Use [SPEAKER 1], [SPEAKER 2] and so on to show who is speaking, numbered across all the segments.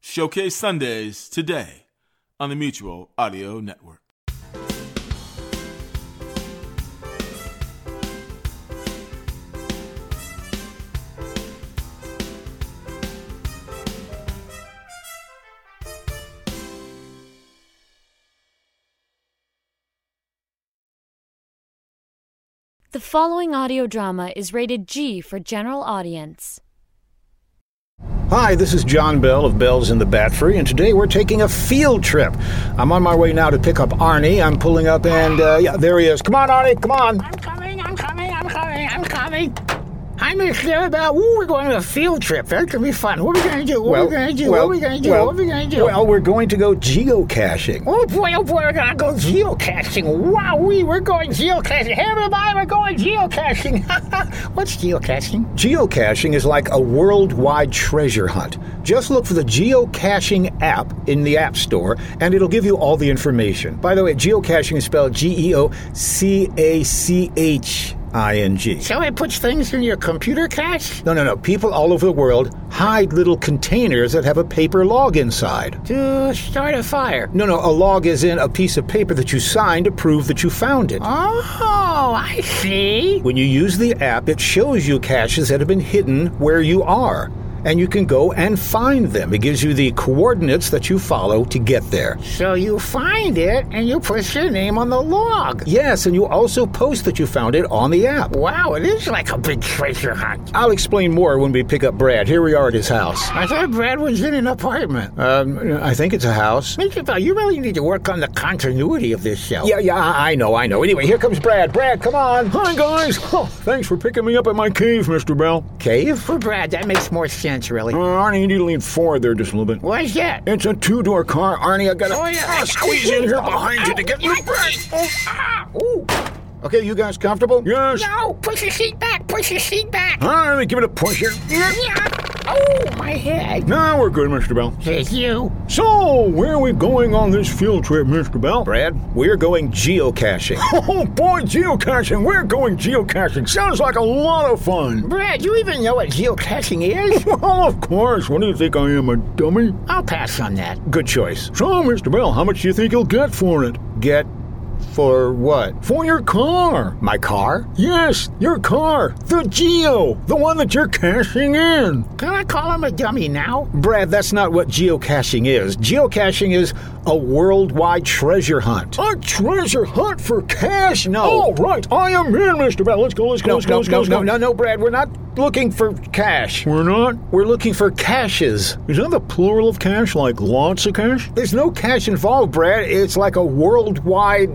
[SPEAKER 1] Showcase Sundays today on the Mutual Audio Network.
[SPEAKER 2] The following audio drama is rated G for general audience.
[SPEAKER 3] Hi, this is John Bell of Bells in the Bat Free, and today we're taking a field trip. I'm on my way now to pick up Arnie. I'm pulling up, and uh, yeah, there he is. Come on, Arnie, come on.
[SPEAKER 4] I'm coming, I'm coming, I'm coming, I'm coming. I'm not clear about ooh, we're going on a field trip. That's gonna be fun. What are we gonna do? What are we gonna do? what are we gonna do?
[SPEAKER 3] well,
[SPEAKER 4] what are we gonna do?
[SPEAKER 3] Well, we're going to go geocaching.
[SPEAKER 4] oh boy, oh boy, we're gonna go geocaching. Wow, we we're going geocaching. Hey everybody, we're going geocaching. What's geocaching?
[SPEAKER 3] Geocaching is like a worldwide treasure hunt. Just look for the geocaching app in the App Store, and it'll give you all the information. By the way, geocaching is spelled G E O C A C H I N G.
[SPEAKER 4] So it puts things in your computer cache?
[SPEAKER 3] No, no, no. People all over the world hide little containers that have a paper log inside.
[SPEAKER 4] To start a fire.
[SPEAKER 3] No, no, a log is in a piece of paper that you signed to prove that you found it.
[SPEAKER 4] Oh, I see.
[SPEAKER 3] When you use the app, it shows you caches that have been hidden where you are, and you can go and find them. It gives you the coordinates that you follow to get there.
[SPEAKER 4] So you find it and you put your name on the log.
[SPEAKER 3] Yes, and you also post that you found it on the app.
[SPEAKER 4] Wow, it is like a big treasure hunt.
[SPEAKER 3] I'll explain more when we pick up Brad. Here we are at his house.
[SPEAKER 4] I thought Brad was in an apartment.
[SPEAKER 3] Um, I think it's a house.
[SPEAKER 4] Mr. Bell, you really need to work on the continuity of this show.
[SPEAKER 3] Yeah, yeah, I I know, I know. Anyway, here comes Brad. Brad, come on. Hi, guys. Oh, thanks for picking me up at my cave, Mr. Bell. Cave?
[SPEAKER 4] For Brad, that makes more sense, really.
[SPEAKER 3] Uh, Arnie, you need to lean forward there just a little bit.
[SPEAKER 4] Why's that?
[SPEAKER 3] It's a two door car, Arnie. I gotta
[SPEAKER 4] Oh, yeah.
[SPEAKER 3] ah, squeeze in here behind you to get you, Brad.
[SPEAKER 4] Oh, ah, ooh.
[SPEAKER 3] Okay, you guys comfortable? Yes.
[SPEAKER 4] No, push your seat back, push your seat back.
[SPEAKER 3] All right, give it a push here.
[SPEAKER 4] Yeah. Oh, my head.
[SPEAKER 3] Now we're good, Mr. Bell.
[SPEAKER 4] Says you.
[SPEAKER 3] So, where are we going on this field trip, Mr. Bell? Brad, we're going geocaching. Oh boy, geocaching! We're going geocaching. Sounds like a lot of fun.
[SPEAKER 4] Brad, you even know what geocaching is?
[SPEAKER 3] Well, of course. What do you think I am, a dummy?
[SPEAKER 4] I'll pass on that.
[SPEAKER 3] Good choice. So, Mr. Bell, how much do you think you'll get for it? Get for what? For your car. My car? Yes, your car. The Geo. The one that you're cashing in.
[SPEAKER 4] Can I call him a dummy now?
[SPEAKER 3] Brad, that's not what geocaching is. Geocaching is a worldwide treasure
[SPEAKER 4] Oh,
[SPEAKER 3] hunt. A treasure hunt for cash? No. All right, I am in, Mr. Bell. Let's go, let's go,
[SPEAKER 4] No,
[SPEAKER 3] let's go,
[SPEAKER 4] no,
[SPEAKER 3] let's
[SPEAKER 4] no,
[SPEAKER 3] go. let's go.
[SPEAKER 4] no, no,
[SPEAKER 3] Brad, we're not looking for cash. We're not? We're looking for caches. Is that the plural of cash, like lots of cash? There's no cash involved, Brad. It's like a worldwide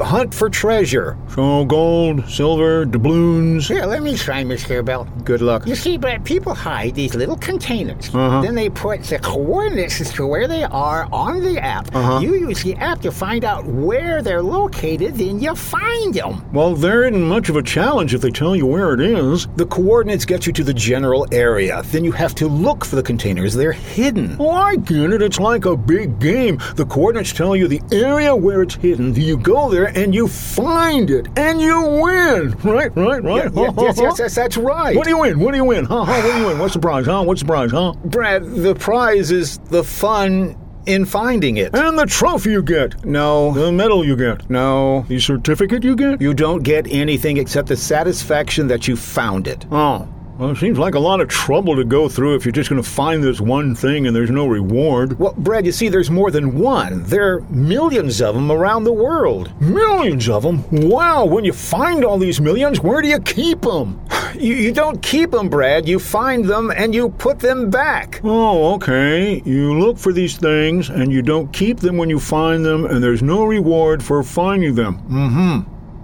[SPEAKER 3] hunt for treasure. So gold, silver, doubloons.
[SPEAKER 4] Here, let me try, Mr. Bell.
[SPEAKER 3] Good luck.
[SPEAKER 4] You see, Brad, people hide these little containers.
[SPEAKER 3] Uh-huh.
[SPEAKER 4] Then they put the coordinates as to where they are on the app.
[SPEAKER 3] Uh-huh.
[SPEAKER 4] You use the app to find out where they're located, then you find them.
[SPEAKER 3] Well, there isn't much of a challenge if they tell you where it is. The coordinates get you to the general area. Then you have to look for the containers. They're hidden. Oh, I get it. It's like a big game. The coordinates tell you the area where it's hidden. You go there and you find it. And you win. Right, right, right.
[SPEAKER 4] yes, yes, yes, yes,
[SPEAKER 3] that's right. What do you win? What do you win? Huh, huh? What do you win? What's the prize? Huh? What's the prize? Huh? Brad, the prize is the fun in finding it. And the trophy you get. No. The medal you get. No. The certificate you get. You don't get anything except the satisfaction that you found it. Oh. Well, it seems like a lot of trouble to go through if you're just going to find this one thing and there's no reward. Well, Brad, you see, there's more than one. There are millions of them around the world. Millions of them? Wow, when you find all these millions, where do you keep them? You, you don't keep them, Brad. You find them and you put them back. Oh, okay. You look for these things and you don't keep them when you find them, and there's no reward for finding them.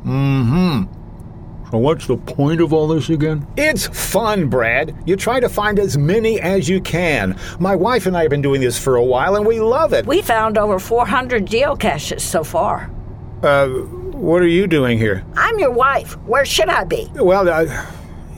[SPEAKER 3] Mm-hmm. So what's the point of all this again? It's fun, Brad. You try to find as many as you can. My wife and I have been doing this for a while, and we love it.
[SPEAKER 5] We found over 400 geocaches so far.
[SPEAKER 3] Uh, what are you doing here?
[SPEAKER 5] I'm your wife. Where should I be?
[SPEAKER 3] Well, uh,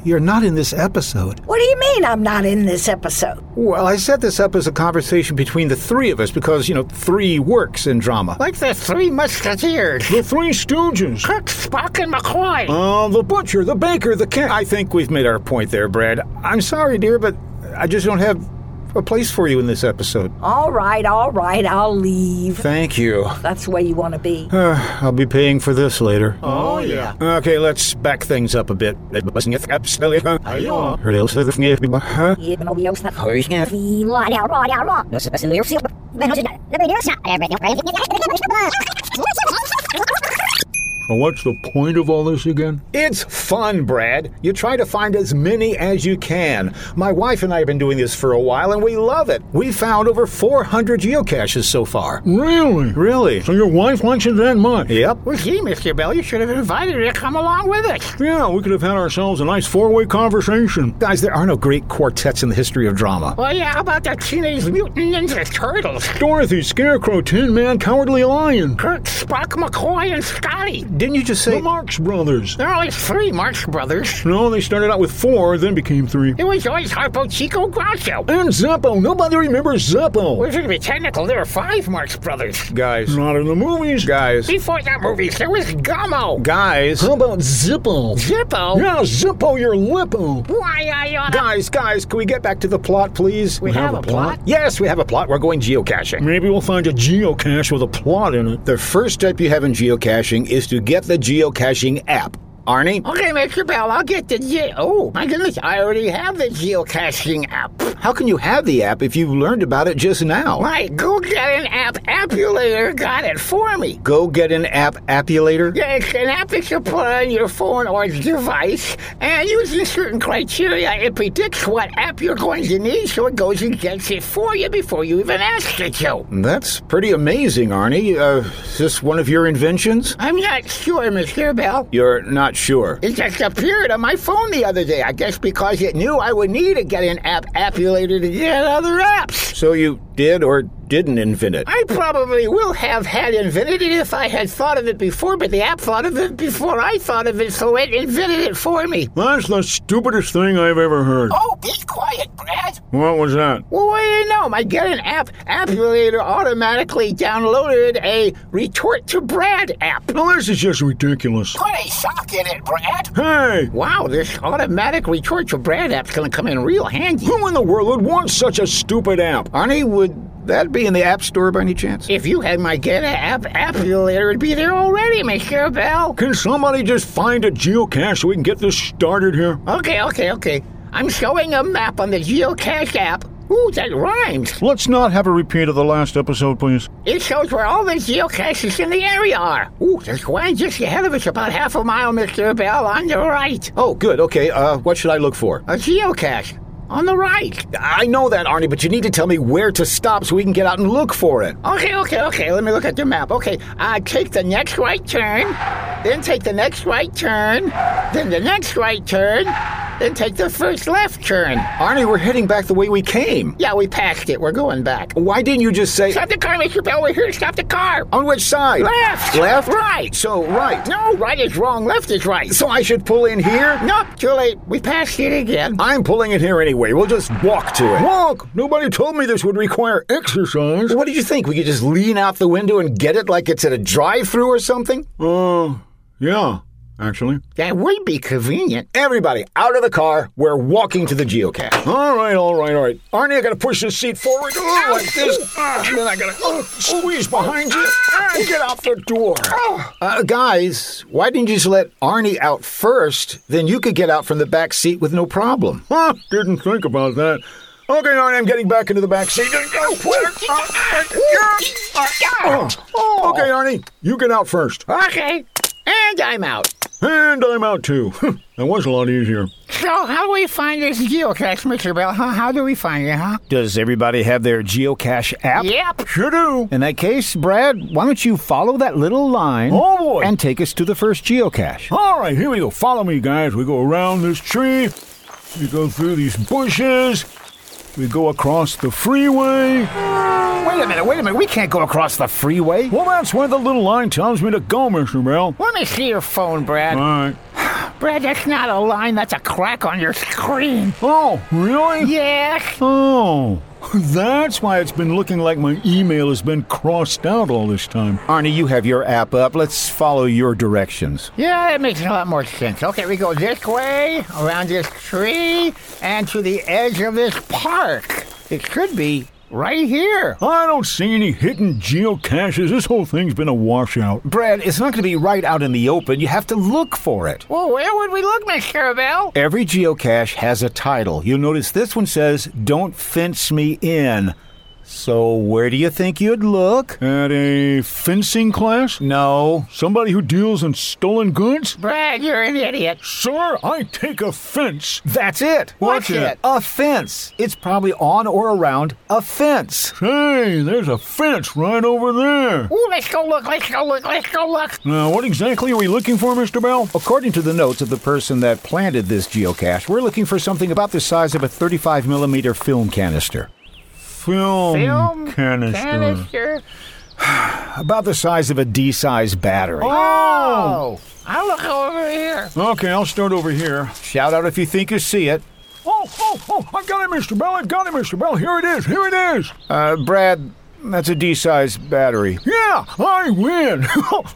[SPEAKER 3] you're not in this episode.
[SPEAKER 5] What do you mean I'm not in this episode?
[SPEAKER 3] Well, I set this up as a conversation between the three of us because, you know, three works in drama.
[SPEAKER 4] Like the three musketeers.
[SPEAKER 3] The Three Stooges.
[SPEAKER 4] Kirk, Spock, and McCoy.
[SPEAKER 3] Uh, the butcher, the baker, the cat. I think we've made our point there, Brad. I'm sorry, dear, but I just don't have a place for you in this episode.
[SPEAKER 6] All right, all right, I'll leave.
[SPEAKER 3] Thank you.
[SPEAKER 6] That's the way you want to be.
[SPEAKER 3] Uh, I'll be paying for this later.
[SPEAKER 7] Oh, yeah.
[SPEAKER 3] Okay, let's back things up a bit.
[SPEAKER 6] Yeah, but nobody else-
[SPEAKER 4] Oh,
[SPEAKER 3] What's the point of all this again? It's fun, Brad. You try to find as many as you can. My wife and I have been doing this for a while, and we love it. We've found over 400 geocaches so far. Really? Really. So your wife likes it that much? Yep.
[SPEAKER 7] Well, gee, Mr. Bell, you should have invited her to come along with us.
[SPEAKER 3] Yeah, we could have had ourselves a nice four-way conversation. Guys, there are no great quartets in the history of drama.
[SPEAKER 7] Well, yeah, how about the Teenage Mutant Ninja Turtles?
[SPEAKER 3] Dorothy, Scarecrow, Tin Man, Cowardly Lion.
[SPEAKER 7] Kurt, Spock, McCoy, and Scotty.
[SPEAKER 3] Didn't you just say the Marx Brothers?
[SPEAKER 7] There are only three Marx Brothers.
[SPEAKER 3] No, they started out with four, then became three.
[SPEAKER 7] It was always Harpo, Chico, Groucho.
[SPEAKER 3] And Zeppo. Nobody remembers
[SPEAKER 7] We're
[SPEAKER 3] Zeppo.
[SPEAKER 7] going to be technical. There were five Marx Brothers.
[SPEAKER 3] Guys, not in the movies. Guys,
[SPEAKER 7] Before that movies, there was Gummo.
[SPEAKER 3] guys. How about Zippo?
[SPEAKER 7] Zippo.
[SPEAKER 3] Yeah, Zippo, your lippo.
[SPEAKER 7] Why I oughta-
[SPEAKER 3] Guys, guys, can we get back to the plot, please?
[SPEAKER 7] We have a plot?
[SPEAKER 3] Yes, we have a plot. We're going geocaching. Maybe we'll find a geocache with a plot in it. The first step you have in geocaching is to get the geocaching app. Arnie?
[SPEAKER 7] Okay, Mr. Bell, I'll get the ge- Oh, my goodness, I already have the geocaching app.
[SPEAKER 3] How can you have the app if you learned about it just now?
[SPEAKER 7] Right, go get an app. Appulator got it for me.
[SPEAKER 3] Go get an app appulator.
[SPEAKER 7] Yeah, It's an app that you put on your phone or device, and using certain criteria, it predicts what app you're going to need, so it goes and gets it for you before you even ask it to.
[SPEAKER 3] That's pretty amazing, Arnie. Uh, is this one of your inventions?
[SPEAKER 7] I'm not sure, Mr. Bell.
[SPEAKER 3] You're not sure.
[SPEAKER 7] It just appeared on my phone the other day, I guess because it knew I would need to get an app appulator to get other apps.
[SPEAKER 3] So you did or didn't invent it?
[SPEAKER 7] I probably will have had invented it if I had thought of it before, but the app thought of it before I thought of it, so it invented it for me.
[SPEAKER 3] That's the stupidest thing I've ever heard.
[SPEAKER 7] Oh, be quiet, Brad.
[SPEAKER 3] What was that?
[SPEAKER 7] Well, what do you know? My Get an App appulator automatically downloaded a Retort to Brad app.
[SPEAKER 3] Now, this is just ridiculous.
[SPEAKER 7] Put a sock in it, Brad.
[SPEAKER 3] Hey!
[SPEAKER 7] Wow, this automatic Retort to Brad app's gonna come in real handy.
[SPEAKER 3] Who in the world would want such a stupid app? Arnie, would that be in the App Store by any chance?
[SPEAKER 7] If you had my Get an App appulator, it'd be there already, Mr. Bell.
[SPEAKER 3] Can somebody just find a geocache so we can get this started here?
[SPEAKER 7] Okay, okay, okay. I'm showing a map on the Geocache app. Ooh, that rhymes.
[SPEAKER 3] Let's not have a repeat of the last episode, please.
[SPEAKER 7] It shows where all the geocaches in the area are. Ooh, there's one just ahead of us, about half a mile, Mr. Bell, on the right.
[SPEAKER 3] Oh, good. Okay, uh, what should I look for?
[SPEAKER 7] A geocache on the right.
[SPEAKER 3] I know that, Arnie, but you need to tell me where to stop so we can get out and look for it.
[SPEAKER 7] Okay, okay, okay. Let me look at the map. Okay, uh, take the next right turn, then take the next right turn, then the next right turn, then take the first left turn.
[SPEAKER 3] Arnie, we're heading back the way we came.
[SPEAKER 7] Yeah, we passed it. We're going back.
[SPEAKER 3] Why didn't you just say
[SPEAKER 7] Stop the car, Mr. Bell. We're here to stop the car.
[SPEAKER 3] on which side?
[SPEAKER 7] Left.
[SPEAKER 3] Left?
[SPEAKER 7] Right.
[SPEAKER 3] So, right.
[SPEAKER 7] No, right is wrong, left is right.
[SPEAKER 3] So I should pull in here?
[SPEAKER 7] Nope, too late. We passed it again.
[SPEAKER 3] I'm pulling in here anyway. We'll just walk to it. Walk? Nobody told me this would require exercise. What did you think? We could just lean out the window and get it like it's at a drive through or something? Uh, yeah, actually.
[SPEAKER 7] That would be convenient.
[SPEAKER 3] Everybody, out of the car. We're walking to the geocache. All right, all right, all right. Arnie, I gotta push this seat forward oh, like this. Ah, and then I gotta oh, squeeze behind you. Ah, get out the door. Uh, guys, why didn't you just let Arnie out first? Then you could get out from the back seat with no problem. Huh, didn't think about that. Okay, Arnie, I'm getting back into the back seat. Oh, quick. Ah, ah, ah. Okay, Arnie, you get out first. Ah,
[SPEAKER 7] Okay, and I'm out.
[SPEAKER 3] And I'm out too. that was a lot easier.
[SPEAKER 7] So, how do we find this geocache, Mr. Bell? Huh? How do we find it, huh?
[SPEAKER 8] Does everybody have their geocache app?
[SPEAKER 7] Yep.
[SPEAKER 3] Sure do.
[SPEAKER 8] In that case, Brad, why don't you follow that little line
[SPEAKER 3] Oh, boy.
[SPEAKER 8] and take us to the first geocache?
[SPEAKER 3] All right, here we go. Follow me, guys. We go around this tree. We go through these bushes. We go across the freeway.
[SPEAKER 8] Wait a minute, wait a minute. We can't go across the freeway.
[SPEAKER 3] Well, that's where the little line tells me to go, Mr. Bell.
[SPEAKER 7] Let me see your phone, Brad.
[SPEAKER 3] All right.
[SPEAKER 7] Brad, that's not a line, that's a crack on your screen.
[SPEAKER 3] Oh, really?
[SPEAKER 7] Yes.
[SPEAKER 3] Oh, That's why it's been looking like my email has been crossed out all this time.
[SPEAKER 4] Arnie, you have your app up. Let's follow your directions.
[SPEAKER 7] Yeah, it makes a lot more sense. Okay, we go this way, around this tree, and to the edge of this park. It should be right here.
[SPEAKER 3] I don't see any hidden geocaches. This whole thing's been a washout.
[SPEAKER 4] Brad, it's not going to be right out in the open. You have to look for it.
[SPEAKER 7] Well, where would we look, Miss Carabelle?
[SPEAKER 4] Every geocache has a title. You'll notice this one says, Don't Fence Me In. So, where do you think you'd look?
[SPEAKER 3] At a fencing class?
[SPEAKER 4] No.
[SPEAKER 3] Somebody who deals in stolen goods?
[SPEAKER 7] Brad, you're an idiot.
[SPEAKER 3] Sir, I take offense.
[SPEAKER 4] That's it.
[SPEAKER 7] What's it?
[SPEAKER 4] A fence. It's probably on or around a fence.
[SPEAKER 3] Hey, there's a fence right over there.
[SPEAKER 7] Ooh, let's go look, let's go look, let's go look.
[SPEAKER 3] Now, what exactly are we looking for, Mr. Bell?
[SPEAKER 4] According to the notes of the person that planted this geocache, we're looking for something about the size of a 35 millimeter film canister.
[SPEAKER 3] Film,
[SPEAKER 7] Film
[SPEAKER 3] Hmm, canister.
[SPEAKER 7] canister.
[SPEAKER 4] About the size of a D size battery.
[SPEAKER 7] Oh! I'll look over here.
[SPEAKER 3] Okay, I'll start over here.
[SPEAKER 4] Shout out if you think you see it.
[SPEAKER 3] Oh, oh, oh, I got it, Mr. Bell. I got it, Mr. Bell. Here it is. Here it is.
[SPEAKER 4] Uh, Brad, that's a D size battery.
[SPEAKER 3] Yeah, I win.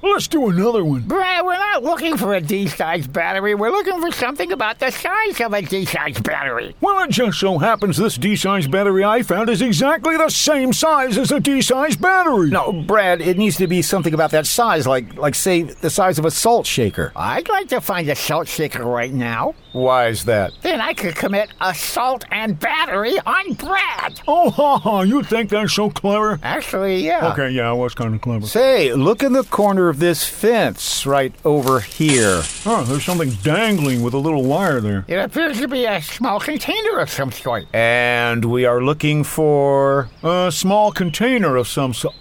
[SPEAKER 3] Let's do another one.
[SPEAKER 7] Brad, we're not looking for a D-sized battery. We're looking for something about the size of a D-sized battery.
[SPEAKER 3] Well, it just so happens this D size battery I found is exactly the same size as a D size battery.
[SPEAKER 4] No, Brad, it needs to be something about that size, like, like say, the size of a salt shaker.
[SPEAKER 7] I'd like to find a salt shaker right now.
[SPEAKER 4] Why is that?
[SPEAKER 7] Then I could commit assault and battery on Brad.
[SPEAKER 3] Oh, ha ha, you think that's so clever?
[SPEAKER 7] Actually, yeah.
[SPEAKER 3] Okay, yeah, I was kind of clever.
[SPEAKER 4] Say, look in the corner of this fence right over here.
[SPEAKER 3] Oh, there's something dangling with a little wire there.
[SPEAKER 7] It appears to be a small container of some sort.
[SPEAKER 4] And we are looking for.
[SPEAKER 3] A small container of some sort.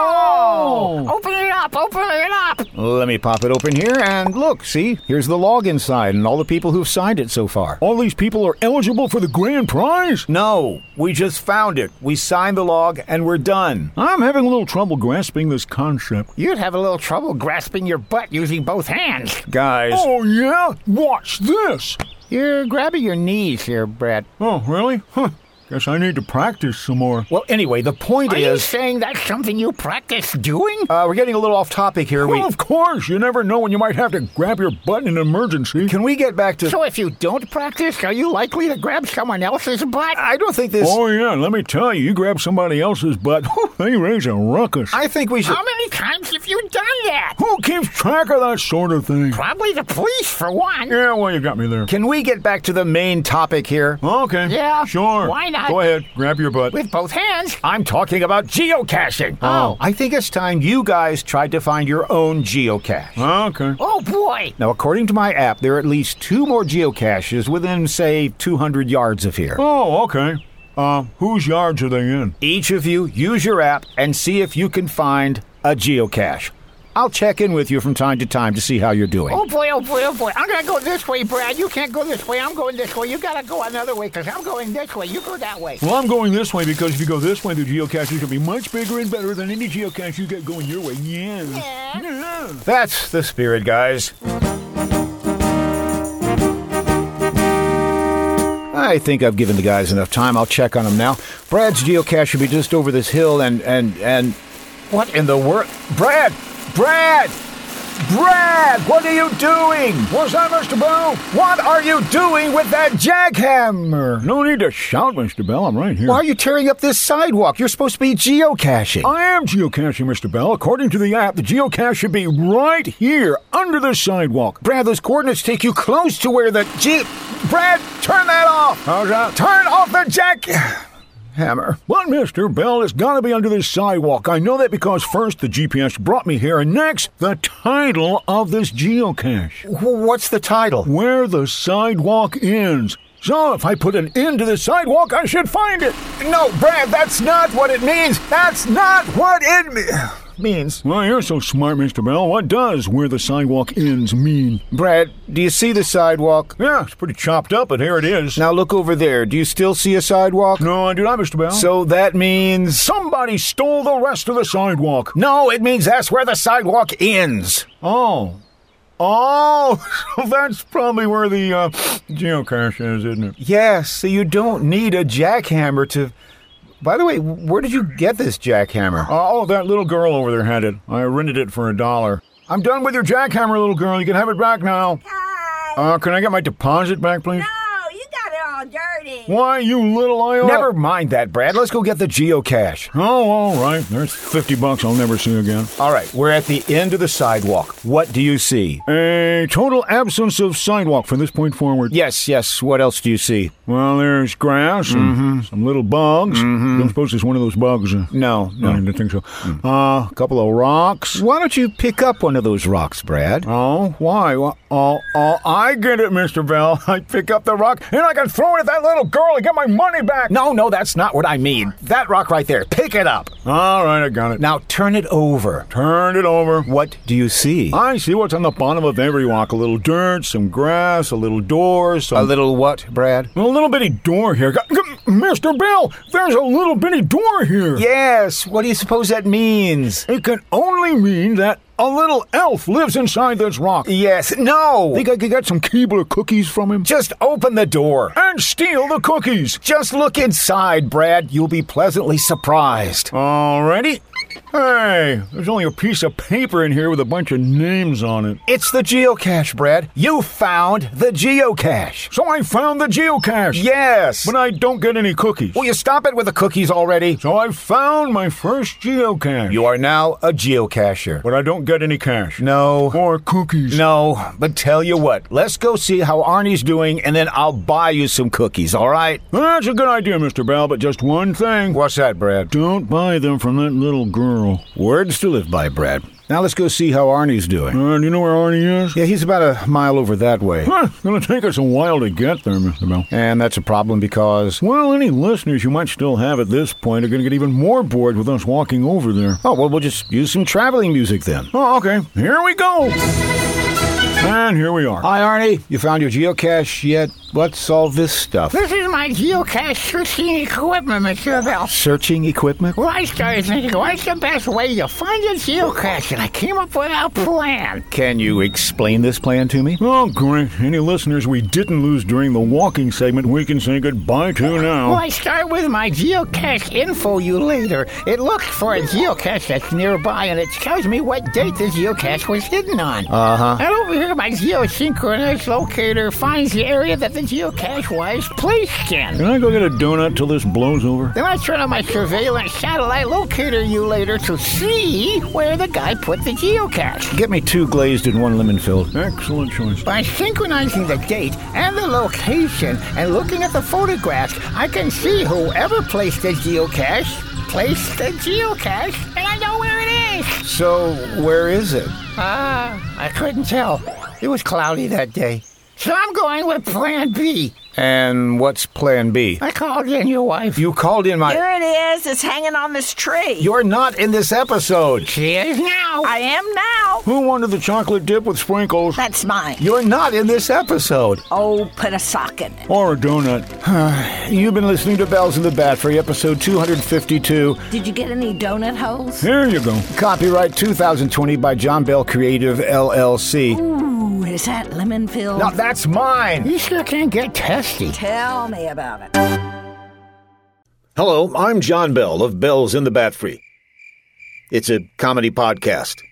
[SPEAKER 7] Oh! Open it up! Open it up!
[SPEAKER 4] Let me pop it open here and look, see? Here's the login sign and all the people who've signed it so far. Oh,
[SPEAKER 3] All these people are eligible for the grand prize?
[SPEAKER 4] No, we just found it. We signed the log and we're done.
[SPEAKER 3] I'm having a little trouble grasping this concept.
[SPEAKER 7] You'd have a little trouble grasping your butt using both hands.
[SPEAKER 4] Guys.
[SPEAKER 3] Oh, yeah? Watch this.
[SPEAKER 7] You're grabbing your knees here, Brad.
[SPEAKER 3] Oh, really? Huh. Guess I need to practice some more.
[SPEAKER 4] Well, anyway, the point
[SPEAKER 7] Are you
[SPEAKER 4] is.
[SPEAKER 7] saying that's something you practice doing?
[SPEAKER 4] Uh, we're getting a little off topic here. We
[SPEAKER 3] Well, Oh, of course. You never know when you might have to grab your butt in an emergency.
[SPEAKER 4] can we get back to?
[SPEAKER 7] So if you don't practice, are you likely to grab someone else's butt?
[SPEAKER 4] I don't think this.
[SPEAKER 3] Oh, yeah. Let me tell you, you grab somebody else's butt, they raise a ruckus.
[SPEAKER 4] I think we should.
[SPEAKER 7] How many times have you done that?
[SPEAKER 3] Who keeps track of that sort of thing?
[SPEAKER 7] Probably the police, for one.
[SPEAKER 3] Yeah, well, you got me there.
[SPEAKER 4] Can we get back to the main topic here?
[SPEAKER 3] Okay.
[SPEAKER 7] Yeah,
[SPEAKER 3] Sure.
[SPEAKER 7] why not?
[SPEAKER 3] Go ahead. Grab your butt.
[SPEAKER 7] With both hands.
[SPEAKER 4] I'm talking about geocaching. Oh, I think it's time you guys tried to find your own geocache.
[SPEAKER 3] Okay.
[SPEAKER 7] Oh boy!
[SPEAKER 4] Now, according to my app, there are at least two more geocaches within, say, 200 yards of here.
[SPEAKER 3] Oh, okay. Uh, whose yards are they in?
[SPEAKER 4] Each of you use your app and see if you can find a geocache. I'll check in with you from time to time to see how you're doing.
[SPEAKER 7] Oh boy, oh boy, oh boy. I'm gonna go this way, Brad. You can't go this way. I'm going this way. You gotta go another way, because I'm going this way. You go that way.
[SPEAKER 3] Well, I'm going this way because if you go this way, the geocache is going to be much bigger and better than any geocache you get going your way. Yeah. yeah.
[SPEAKER 4] That's the spirit, guys. I think I've given the guys enough time. I'll check on them now. Brad's geocache should be just over this hill and and and what in the world? Brad! Brad! Brad! What are you doing?
[SPEAKER 3] What's that, Mr. Bell?
[SPEAKER 4] What are you doing with that jackhammer?
[SPEAKER 3] No need to shout, Mr. Bell. I'm right here.
[SPEAKER 4] Why are you tearing up this sidewalk? You're supposed to be geocaching.
[SPEAKER 3] I am geocaching, Mr. Bell. According to the app, the geocache should be right here, under the sidewalk.
[SPEAKER 4] Brad, those coordinates take you close to where the G. Brad, turn that off!
[SPEAKER 3] How's that?
[SPEAKER 4] Turn off the jack. Hammer.
[SPEAKER 3] But, Mr. Bell, it's gotta be under this sidewalk. I know that because first the GPS brought me here, and next, the title of this geocache.
[SPEAKER 4] W- What's the title?
[SPEAKER 3] Where the sidewalk ends. So, if I put an end to the sidewalk, I should find it.
[SPEAKER 4] No, Brad, that's not what it means. That's not what it me- means.
[SPEAKER 3] Well, you're so smart, Mr. Bell. What does where the sidewalk ends mean?
[SPEAKER 4] Brad, do you see the sidewalk?
[SPEAKER 3] Yeah, it's pretty chopped up, but here it is.
[SPEAKER 4] Now look over there. Do you still see a sidewalk?
[SPEAKER 3] No, I do not, Mr. Bell.
[SPEAKER 4] So that means.
[SPEAKER 3] Somebody stole the rest of the sidewalk.
[SPEAKER 4] No, it means that's where the sidewalk ends.
[SPEAKER 3] Oh. Oh, so that's probably where the uh, geocache is, isn't it?
[SPEAKER 4] Yeah, so you don't need a jackhammer to. By the way, where did you get this jackhammer?
[SPEAKER 3] Uh, oh, that little girl over there had it. I rented it for a dollar. I'm done with your jackhammer, little girl. You can have it back now. Uh, can I get my deposit back, please?
[SPEAKER 5] No, Oh, you got it all dirty.
[SPEAKER 3] Why, you little Iowa?
[SPEAKER 4] Never mind that, Brad. Let's go get the geocache.
[SPEAKER 3] Oh, all right. There's 50 bucks I'll never see again.
[SPEAKER 4] All right, we're at the end of the sidewalk. What do you see?
[SPEAKER 3] A total absence of sidewalk from this point forward.
[SPEAKER 4] Yes, yes. What else do you see?
[SPEAKER 3] Well, there's grass and some little bugs. Don't suppose it's one of those bugs. uh,
[SPEAKER 4] Mm-hmm. No, Mm.
[SPEAKER 3] I
[SPEAKER 4] no.
[SPEAKER 3] didn't think so. Uh, a couple of rocks.
[SPEAKER 4] Why don't you pick up one of those rocks, Brad?
[SPEAKER 3] Oh, why? Wha- Oh, oh, I get it, Mr. Bell. I pick up the rock and I can throw it at that little girl and get my money back.
[SPEAKER 4] No, no, that's not what I mean. That rock right there. Pick it up.
[SPEAKER 3] All right, I got it.
[SPEAKER 4] Now turn it over.
[SPEAKER 3] Turn it over.
[SPEAKER 4] What do you see?
[SPEAKER 3] I see what's on the bottom of every rock. A little dirt, some grass, a little door, some...
[SPEAKER 4] A little what, Brad?
[SPEAKER 3] A little bitty door here. G- g- Mr. Bell, there's a little bitty door here.
[SPEAKER 4] Yes. What do you suppose that means?
[SPEAKER 3] It can only mean that a little elf lives inside this rock.
[SPEAKER 4] Yes. No.
[SPEAKER 3] Think I could get some Keebler cookies from him?
[SPEAKER 4] Just open the door.
[SPEAKER 3] And steal the cookies.
[SPEAKER 4] Just look inside, Brad. You'll be pleasantly surprised.
[SPEAKER 3] Oh. Alrighty. Hey, there's only a piece of paper in here with a bunch of names on it.
[SPEAKER 4] It's the geocache, Brad. You found the geocache.
[SPEAKER 3] So I found the geocache.
[SPEAKER 4] Yes. Oh,
[SPEAKER 3] But I don't get any cookies.
[SPEAKER 4] Will you stop it with the cookies already?
[SPEAKER 3] So I found my first geocache.
[SPEAKER 4] You are now a geocacher.
[SPEAKER 3] But I don't get any cash.
[SPEAKER 4] No.
[SPEAKER 3] Or cookies.
[SPEAKER 4] No, but tell you what, let's go see how Arnie's doing and then I'll buy you some cookies, all right?
[SPEAKER 3] That's a good idea, Mr. Bell, but just one thing.
[SPEAKER 4] What's that, Brad?
[SPEAKER 3] Don't buy them from that little girl.
[SPEAKER 4] Words to live by, Brad. Now let's go see how Arnie's doing.
[SPEAKER 3] Uh, do you know where Arnie is?
[SPEAKER 4] Yeah, he's about a mile over that way.
[SPEAKER 3] Huh, gonna take us a while to get there, Mr. Bell.
[SPEAKER 4] And that's a problem because.
[SPEAKER 3] Well, any listeners you might still have at this point are gonna get even more bored with us walking over there.
[SPEAKER 4] Oh, well, we'll just use some traveling music then.
[SPEAKER 3] Oh, okay. Here we go. And here we are.
[SPEAKER 4] Hi, Arnie. You found your geocache yet? What's all this stuff?
[SPEAKER 7] This is my geocache searching equipment, Mr. Bell.
[SPEAKER 4] Searching equipment?
[SPEAKER 7] Well, I started thinking, what's the best way to find a geocache? And I came up with a plan.
[SPEAKER 4] Can you explain this plan to me?
[SPEAKER 3] Oh, great. Any listeners we didn't lose during the walking segment, we can say goodbye to now.
[SPEAKER 7] Well, I start with my geocache info you later. It looks for a geocache that's nearby, and it tells me what date the geocache was hidden on. Uh-huh. And over here, my geosynchronous locator finds the area that the geocache was placed in.
[SPEAKER 3] Can I go get a donut till this blows over?
[SPEAKER 7] Then I turn on my surveillance satellite locator you later to see where the guy put the geocache.
[SPEAKER 4] Get me two glazed and one lemon filled.
[SPEAKER 3] Excellent choice.
[SPEAKER 7] By synchronizing the date and the location and looking at the photographs, I can see whoever placed the geocache placed the geocache, and I know where it is.
[SPEAKER 4] So, where is it?
[SPEAKER 7] Ah, I couldn't tell. It was cloudy that day. So I'm going with Plan B.
[SPEAKER 4] And what's plan B?
[SPEAKER 7] I called in your wife.
[SPEAKER 4] You called in my.
[SPEAKER 5] Here it is. It's hanging on this tree.
[SPEAKER 4] You're not in this episode.
[SPEAKER 7] She is now.
[SPEAKER 5] I am now.
[SPEAKER 3] Who wanted the chocolate dip with sprinkles?
[SPEAKER 5] That's mine.
[SPEAKER 4] You're not in this episode.
[SPEAKER 5] Oh, put a sock in it.
[SPEAKER 3] Or a donut.
[SPEAKER 4] You've been listening to Bells in the Bat for episode 252,
[SPEAKER 5] Did you get any donut holes?
[SPEAKER 3] Here you go.
[SPEAKER 4] copyright 2020 by John Bell Creative LLC.
[SPEAKER 5] Ooh, is that lemon filled?
[SPEAKER 4] Now that's mine.
[SPEAKER 7] You sure can get testy.
[SPEAKER 5] Tell me about it.
[SPEAKER 4] Hello, I'm John Bell of Bells in the Bat Free. It's a comedy podcast.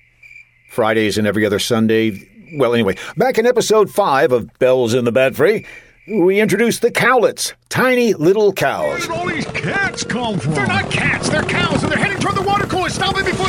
[SPEAKER 4] Fridays and every other Sunday. Well, anyway, back in episode 5 of Bells in the Bat Free, we introduced the cowlets, tiny little cows.
[SPEAKER 8] all these cats come from? They're not cats. They're cows, and they're heading toward the water cooler. Stop it before.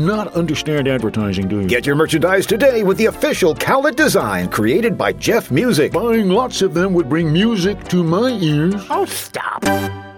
[SPEAKER 3] not understand advertising, do you?
[SPEAKER 4] Get your merchandise today with the official cowlet design created by Jeff Music.
[SPEAKER 3] Buying lots of them would bring music to my ears.
[SPEAKER 7] Oh, stop.